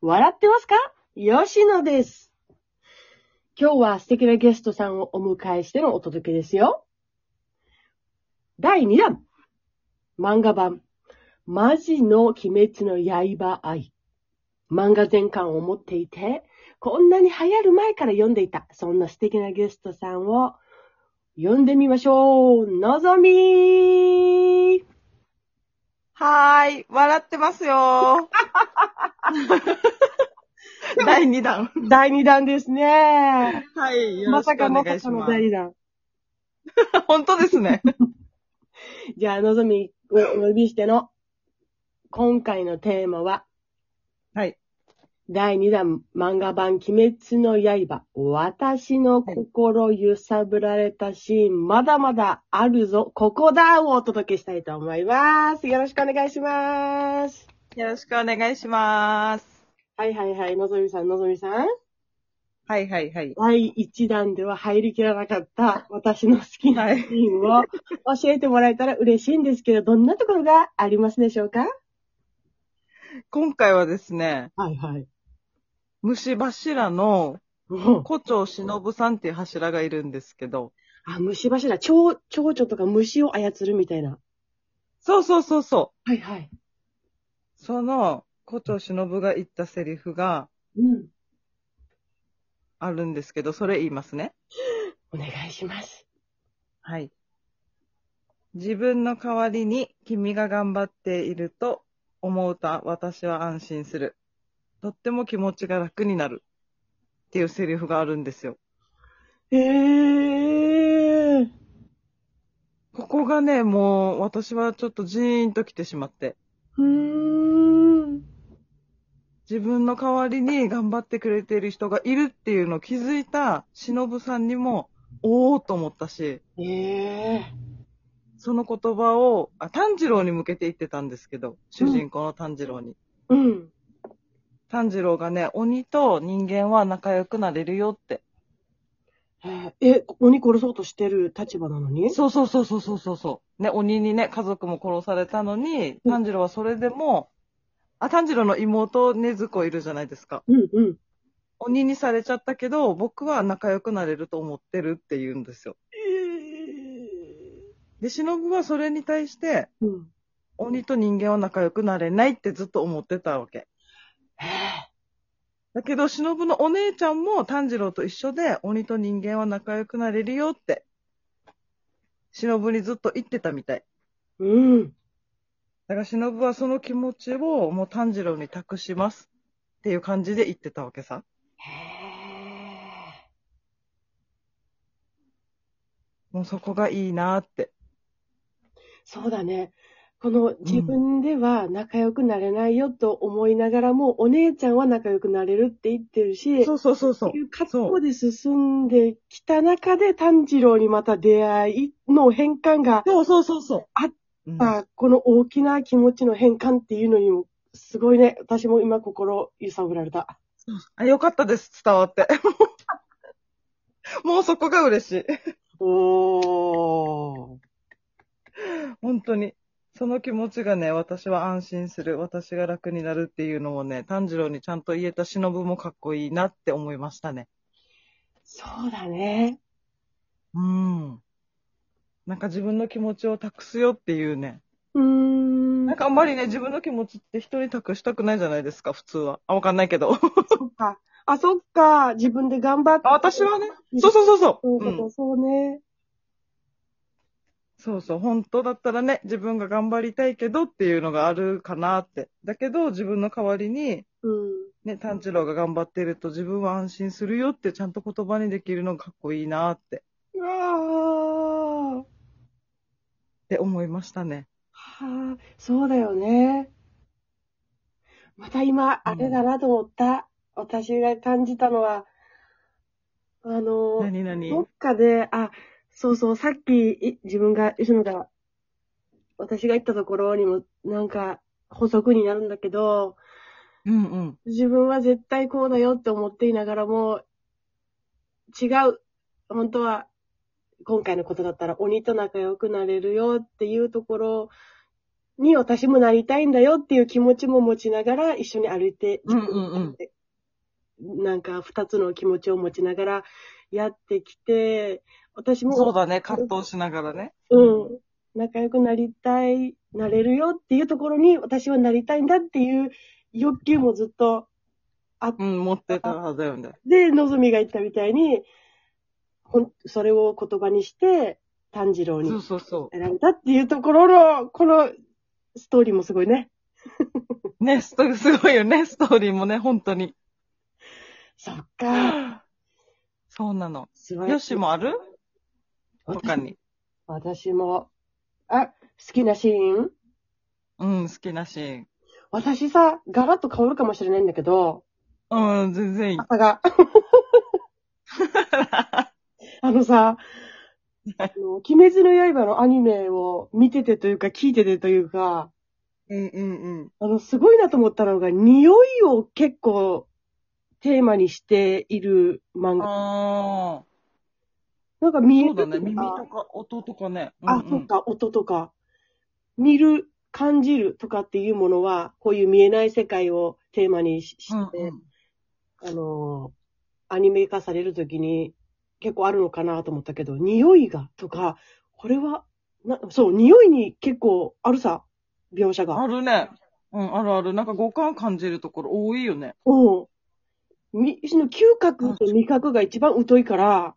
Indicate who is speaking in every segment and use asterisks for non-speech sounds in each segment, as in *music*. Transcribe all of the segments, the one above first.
Speaker 1: 笑ってますか吉野です。今日は素敵なゲストさんをお迎えしてのお届けですよ。第2弾。漫画版。マジの鬼滅の刃愛。漫画全巻を持っていて、こんなに流行る前から読んでいた、そんな素敵なゲストさんを呼んでみましょう。のぞみー
Speaker 2: はーい、笑ってますよー第2弾。
Speaker 1: 第2弾ですね。
Speaker 2: はい、よ
Speaker 1: ま
Speaker 2: ろ
Speaker 1: さ
Speaker 2: しく
Speaker 1: か
Speaker 2: お
Speaker 1: ま
Speaker 2: 願
Speaker 1: さ
Speaker 2: いし
Speaker 1: かの
Speaker 2: ます。
Speaker 1: 第2弾。
Speaker 2: 本当ですね。
Speaker 1: じゃあ、のぞみをお呼びしての、今回のテーマは、
Speaker 2: はい。
Speaker 1: 第2弾漫画版鬼滅の刃、私の心揺さぶられたシーン、まだまだあるぞ、ここだをお届けしたいと思います。よろしくお願いします。
Speaker 2: よろしくお願いします。
Speaker 1: はいはいはい、のぞみさん、のぞみさん。
Speaker 2: はいはいはい。
Speaker 1: 第1弾では入りきらなかった私の好きな
Speaker 2: は
Speaker 1: シ
Speaker 2: い
Speaker 1: ーンを教えてもらえたら嬉しいんですけど、どんなところがありますでしょうか
Speaker 2: 今回はですね、
Speaker 1: はいはい。
Speaker 2: 虫柱の
Speaker 1: うん
Speaker 2: 胡蝶忍さんっていう柱がいるんですけど、
Speaker 1: あ、虫柱、蝶、蝶々とか虫を操るみたいな。
Speaker 2: そうそうそうそ
Speaker 1: はいはい。
Speaker 2: う。その胡蝶忍が言ったセリフが
Speaker 1: うん。
Speaker 2: あるんですけど、それ言いますね。
Speaker 1: お願いします。
Speaker 2: はい。自分の代わりに君が頑張っていると思うと私は安心する。とっても気持ちが楽になる。っていうセリフがあるんですよ。
Speaker 1: ええー。
Speaker 2: ここがね、もう私はちょっとジーンと来てしまって。
Speaker 1: うーん。
Speaker 2: 自分の代わりに頑張ってくれている人がいるっていうのを気づいた忍さんにも、おおと思ったし、
Speaker 1: ええ
Speaker 2: その言葉を、あ、炭治郎に向けて言ってたんですけど、主人公の炭治郎に。
Speaker 1: ー。うん。
Speaker 2: 炭治郎がね、鬼と人間は仲良くなれるよって。
Speaker 1: えーえ、鬼殺そうとしてる立場なのに
Speaker 2: そうそうそうそうそうそうそう。ね、鬼にね、家族も殺されたのに、
Speaker 1: うん
Speaker 2: 炭治郎はそれでも、あ、炭治郎の妹、禰豆子いるじゃないですか。
Speaker 1: うんうん。
Speaker 2: 鬼にされちゃったけど、僕は仲良くなれると思ってるって言うんですよ。で、忍はそれに対して、
Speaker 1: うん。
Speaker 2: 鬼と人間は仲良くなれないってずっと思ってたわけ。
Speaker 1: ええ
Speaker 2: だけど、忍のお姉ちゃんも炭治郎と一緒で、鬼と人間は仲良くなれるよって、忍にずっと言ってたみたい。
Speaker 1: うん。
Speaker 2: だから忍はその気持ちをもう炭治郎に託しますっていう感じで言ってたわけさ。
Speaker 1: へ
Speaker 2: もうそこがいいなーって。
Speaker 1: ーそうだね。この自分では仲良くなれないよと思いながらも、お姉ちゃんは仲良くなれるって言ってるし、
Speaker 2: そうそうそうそ
Speaker 1: そ
Speaker 2: う
Speaker 1: う。いう覚悟で進んできた中で炭治郎にまた出会いの変換が、
Speaker 2: そうそうそうそう。
Speaker 1: あっ
Speaker 2: うん
Speaker 1: あこの大きな気持ちの変換っていうのにも、すごいね。私も今心揺さぶられた。
Speaker 2: あよかったです、伝わって。もうそこが嬉しい。
Speaker 1: おー。
Speaker 2: 本当に。その気持ちがね、私は安心する、私が楽になるっていうのもね、炭治郎にちゃんと言えた忍もかっこいいなって思いましたね。
Speaker 1: そうだね。
Speaker 2: うん。なんか自分の気持ちを託すよっていうね。
Speaker 1: うーん。
Speaker 2: なんかあんまりね、自分の気持ちって人に託したくないじゃないですか、普通は。あ、わかんないけど。 *laughs*
Speaker 1: そっか。あ、そっか。自分で頑張って。
Speaker 2: あ私はね、そうそうそうそ
Speaker 1: そう
Speaker 2: う。
Speaker 1: いう
Speaker 2: う
Speaker 1: こと、
Speaker 2: ん、
Speaker 1: そうね。
Speaker 2: そうそう、本当だったらね、自分が頑張りたいけどっていうのがあるかなって。だけど、自分の代わりに、
Speaker 1: うん。
Speaker 2: ね、炭治郎が頑張ってると自分は安心するよってちゃんと言葉にできるのがかっこいいなって、っ
Speaker 1: うわー。
Speaker 2: て思いましたね。
Speaker 1: はあ、そうだよね。また今、あれだなと思った。私が感じたのは、あの、
Speaker 2: 何々
Speaker 1: どっかで、あ、そうそう、さっきい自分が、吉野が、私が行ったところにも、なんか、補足になるんだけど、
Speaker 2: うんうん。
Speaker 1: 自分は絶対こうだよって思っていながらも、違う。本当は、今回のことだったら鬼と仲良くなれるよっていうところに私もなりたいんだよっていう気持ちも持ちながら一緒に歩いて、
Speaker 2: うんうんうん
Speaker 1: なんか二つの気持ちを持ちながらやってきて、私も、
Speaker 2: そうだね、葛藤しながらね。
Speaker 1: うん。仲良くなりたい、なれるよっていうところに私はなりたいんだっていう欲求もずっとあっ
Speaker 2: うん、持ってたはずだよね。
Speaker 1: て、のぞみが言ったみたいに、ほん、それを言葉にして、炭治郎に
Speaker 2: そうそうそ
Speaker 1: 選んだっていうところの、このストーリーもすごいね。
Speaker 2: う。ね、ストすごいよね、ストーリーもね、本当に。
Speaker 1: そっか。
Speaker 2: そうなの。
Speaker 1: 素晴
Speaker 2: よしもある他に。
Speaker 1: 私も。あ、好きなシーン
Speaker 2: うん、好きなシーン。
Speaker 1: 私さ、ガラッと変わるかもしれないんだけど、
Speaker 2: うん、全然いい。
Speaker 1: 朝が。あの
Speaker 2: *laughs*
Speaker 1: さ、あの、鬼滅の刃のアニメを見ててというか、聞いててというか、
Speaker 2: うんうん
Speaker 1: あの、すごいなと思ったのが、匂いを結構テーマにしている漫
Speaker 2: うん。
Speaker 1: 画。
Speaker 2: ああ。
Speaker 1: なんか見え
Speaker 2: そう
Speaker 1: る
Speaker 2: だね、
Speaker 1: とか
Speaker 2: 耳とか音とかね。
Speaker 1: あ、そうか、音とか。見る、感じるとかっていうものは、こういう見えない世界をテーマにし
Speaker 2: うん
Speaker 1: して、
Speaker 2: うん
Speaker 1: あのーアニメ化されるときに結構あるのかなと思ったけど、匂いがとか、これは、なそう、匂いに結構あるさ、描写
Speaker 2: あ
Speaker 1: が。
Speaker 2: るね。うん、あるある。なんか五感感じるところ多いよね。
Speaker 1: うん。み、その嗅覚と味覚が一番疎い
Speaker 2: *laughs*
Speaker 1: から、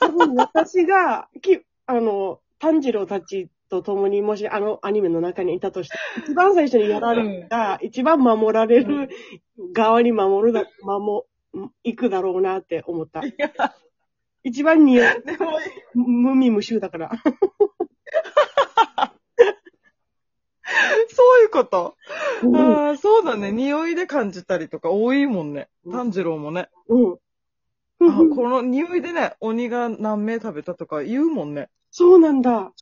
Speaker 1: 多分私が、き、あの、炭治郎たちと共にもしあのアニメの中にいたとして、一番最初にやられ
Speaker 2: うん
Speaker 1: が一番守られ
Speaker 2: うん
Speaker 1: る側に守るだ、守、行くだろうなって思った。一番に
Speaker 2: でも、
Speaker 1: 無味無臭だから。
Speaker 2: そういうこと。
Speaker 1: うん。
Speaker 2: ああ、そうだね。匂いで感じたりとか多いもんね。炭治郎もね。あ
Speaker 1: うん。
Speaker 2: この匂いでね、鬼が何名食べたとか言うもんね。
Speaker 1: そうなんだ。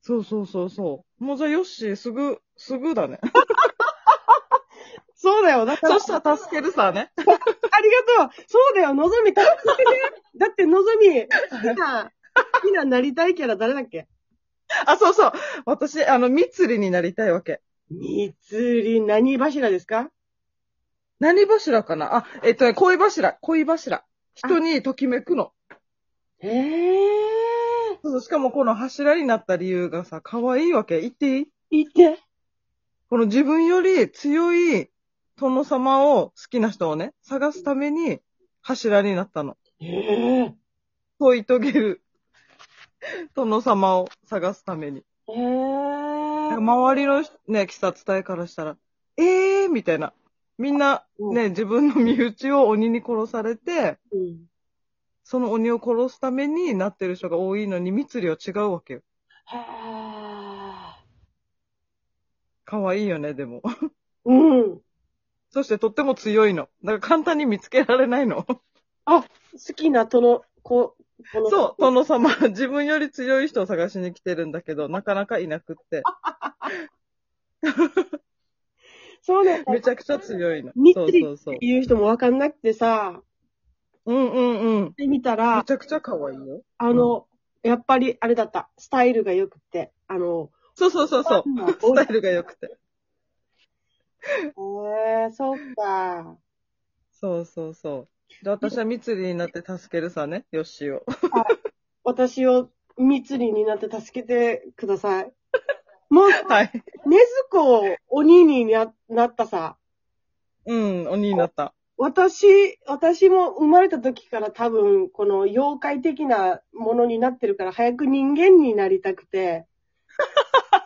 Speaker 2: そうそうそうそう。もうじゃあヨッシー、すぐ、すぐだね。
Speaker 1: そうだよ。だから
Speaker 2: そ、したら助けるさね。
Speaker 1: ありがとう。そうだよ、のぞみ、助 *laughs* けてね。だって、のぞみ、好きな、好きななりたいキャラ誰だっけ
Speaker 2: あ、そうそう。私、あの、蜜りになりたいわけ。
Speaker 1: みつり、何柱ですか
Speaker 2: 何柱かなあ、えっとね、恋柱、恋柱。人にときめくの。
Speaker 1: ええー。
Speaker 2: そうそう、しかもこの柱になった理由がさ、可愛いわけ。言っていい
Speaker 1: いて。
Speaker 2: この自分より強い殿様を好きな人をね、探すために柱になったの。
Speaker 1: ええ
Speaker 2: 問い遂げる *laughs* 殿様を探すために。
Speaker 1: ええ
Speaker 2: だから
Speaker 1: ー。
Speaker 2: 周りのね、鬼殺隊からしたら、えーみたいな。みんな、ね、自分の身内を鬼に殺されて、
Speaker 1: うん。
Speaker 2: その鬼を殺すためになってる人が多いのに、蜜りは違うわけよ。
Speaker 1: へー
Speaker 2: 可愛いよね、でも。
Speaker 1: うん。
Speaker 2: そしてとっても強いの。だから簡単に見つけられないの。
Speaker 1: 好きな殿、こ、この、
Speaker 2: そう、殿様、 *laughs* 自分より強い人を探しに来てるんだけど、なかなかいなくって、
Speaker 1: そうだよ。
Speaker 2: めちゃくちゃ強いの
Speaker 1: み。
Speaker 2: そ
Speaker 1: つ
Speaker 2: う
Speaker 1: り
Speaker 2: そう
Speaker 1: っ
Speaker 2: そう
Speaker 1: て。いう人もわかんなくてさ、
Speaker 2: うんうんうん。
Speaker 1: で見たら
Speaker 2: め、ちゃくちゃ可愛いよ。
Speaker 1: あの、やっぱりあれだった。スタイルが良くて、あの、
Speaker 2: そうそうそうそう。スタイルが良くて。
Speaker 1: ええー、そっか。
Speaker 2: そうそうそう。で、私は蜜りになって助けるさね、ヨッシーを。 *laughs*
Speaker 1: 私を蜜りになって助けてください。もう、
Speaker 2: はい。
Speaker 1: 禰豆子鬼にななったさ。
Speaker 2: うん、鬼になった。
Speaker 1: 私、私も生まれた時から多分、この妖怪的なものになってるから、早く人間になりたくて。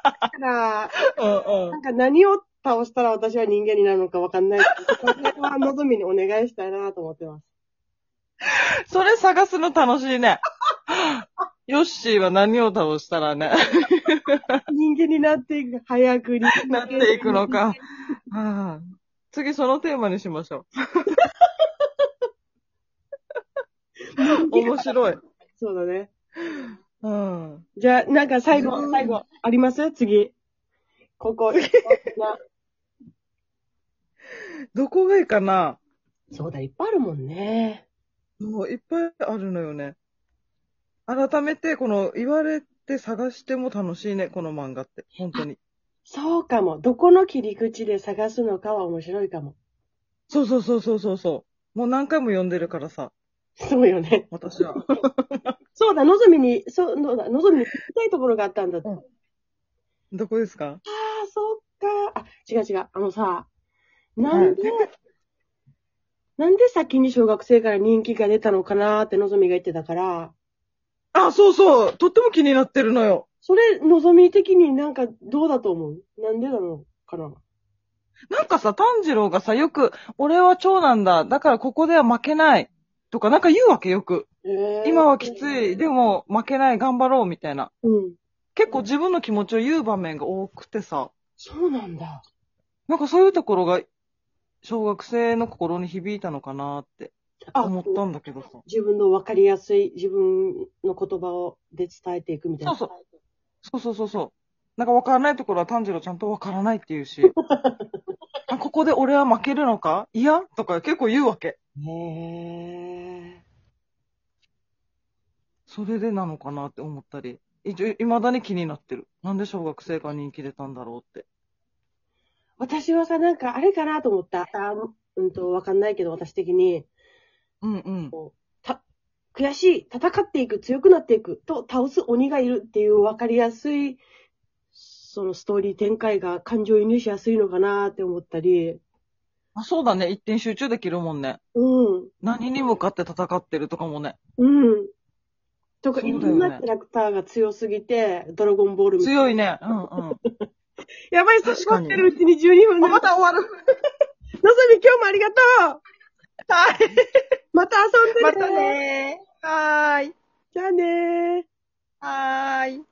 Speaker 1: だから、
Speaker 2: うんう
Speaker 1: なん
Speaker 2: ん。
Speaker 1: か何を倒したら私は人間になるのかわかんない。これはのぞみにお願いしたいなと思ってます。
Speaker 2: それ探すの楽しいね。 *laughs* ヨッシーは何を倒したらね、
Speaker 1: 人間になっていく、早く人間に
Speaker 2: なっていく
Speaker 1: *laughs*
Speaker 2: の。か。ああ次そのテーマにしましょう。面白い。
Speaker 1: そうだね。
Speaker 2: うん。
Speaker 1: じゃあ、なんか最後
Speaker 2: う、ん
Speaker 1: 最後、あります次。ここ。
Speaker 2: どこがいいかな
Speaker 1: *laughs* そうだ、いっぱいあるもんね。
Speaker 2: もういっぱいあるのよね。改めて、この言われてして探しても楽しいね、この漫画って。本当に。
Speaker 1: そうかも。どこの切り口で探すのかは面白いかも。
Speaker 2: そうそうそうそうそうそう。もう何回も読んでるからさ、
Speaker 1: そうよね。
Speaker 2: 私は。
Speaker 1: そうだ、のぞみに、そう、のだ、のぞみに聞きたいところがあったんだって。
Speaker 2: うん
Speaker 1: あ
Speaker 2: どこですか
Speaker 1: あ、そっか。あ、違う違う。あのさ、なんで、なんで先に小学生から人気が出たのかなーってのぞみが言ってたから、
Speaker 2: あ、そうそう。とっても気になってるのよ。
Speaker 1: それ、のぞみ的になんかどうだと思うなんでなのかな
Speaker 2: なんかさ、炭治郎がさ、よく、俺は長男だ。だからここでは負けない。とか、なんか言うわけよく。
Speaker 1: えー
Speaker 2: 今はきつい。でも、負けない。頑張ろう。みたいな。
Speaker 1: うん。
Speaker 2: 結構自分の気持ちを言う場面が多くてさ。
Speaker 1: そうなんだ。
Speaker 2: なんかそういうところが、小学生の心に響いたのかなって
Speaker 1: あ、
Speaker 2: 思ったんだけどさ。
Speaker 1: 自分の分かりやすい自分の言葉をで伝えていくみたいな。
Speaker 2: そうそうそうそうそう。なんか分からないところは炭治郎ちゃんと分からないって言う *laughs* し。あ、ここで俺は負けるのかいやとか結構言うわけ。
Speaker 1: へえ。
Speaker 2: それでなのかなって思ったり。一応、未だに気になってる。なんで小学生が人気出たんだろうって。
Speaker 1: 私はさ、なんかあれかなと思った。あうんと、わかんないけど、私的に。
Speaker 2: うんうん。
Speaker 1: た、悔しい、戦っていく、強くなっていく、と倒す鬼がいるっていう分かりやすい、そのストーリー展開が感情移入しやすいのかなって思ったり。
Speaker 2: あ、そうだね。一点集中できるもんね。
Speaker 1: うん。
Speaker 2: 何に向かって戦ってるとかもね。
Speaker 1: うん。とか、
Speaker 2: そうだ
Speaker 1: いろ
Speaker 2: よね
Speaker 1: んなキャラクターが強すぎて、ドラゴンボールみたいな
Speaker 2: 強いね。 *laughs* うんうん。
Speaker 1: やばい、そう
Speaker 2: 確か
Speaker 1: 待っ
Speaker 2: に
Speaker 1: てるうちに12分
Speaker 2: あ
Speaker 1: だ。
Speaker 2: また終わる。
Speaker 1: のぞみ、今日もありがとう
Speaker 2: はい。 *laughs*
Speaker 1: また遊んでね
Speaker 2: またねー。はーい。
Speaker 1: じゃあねー
Speaker 2: はーい。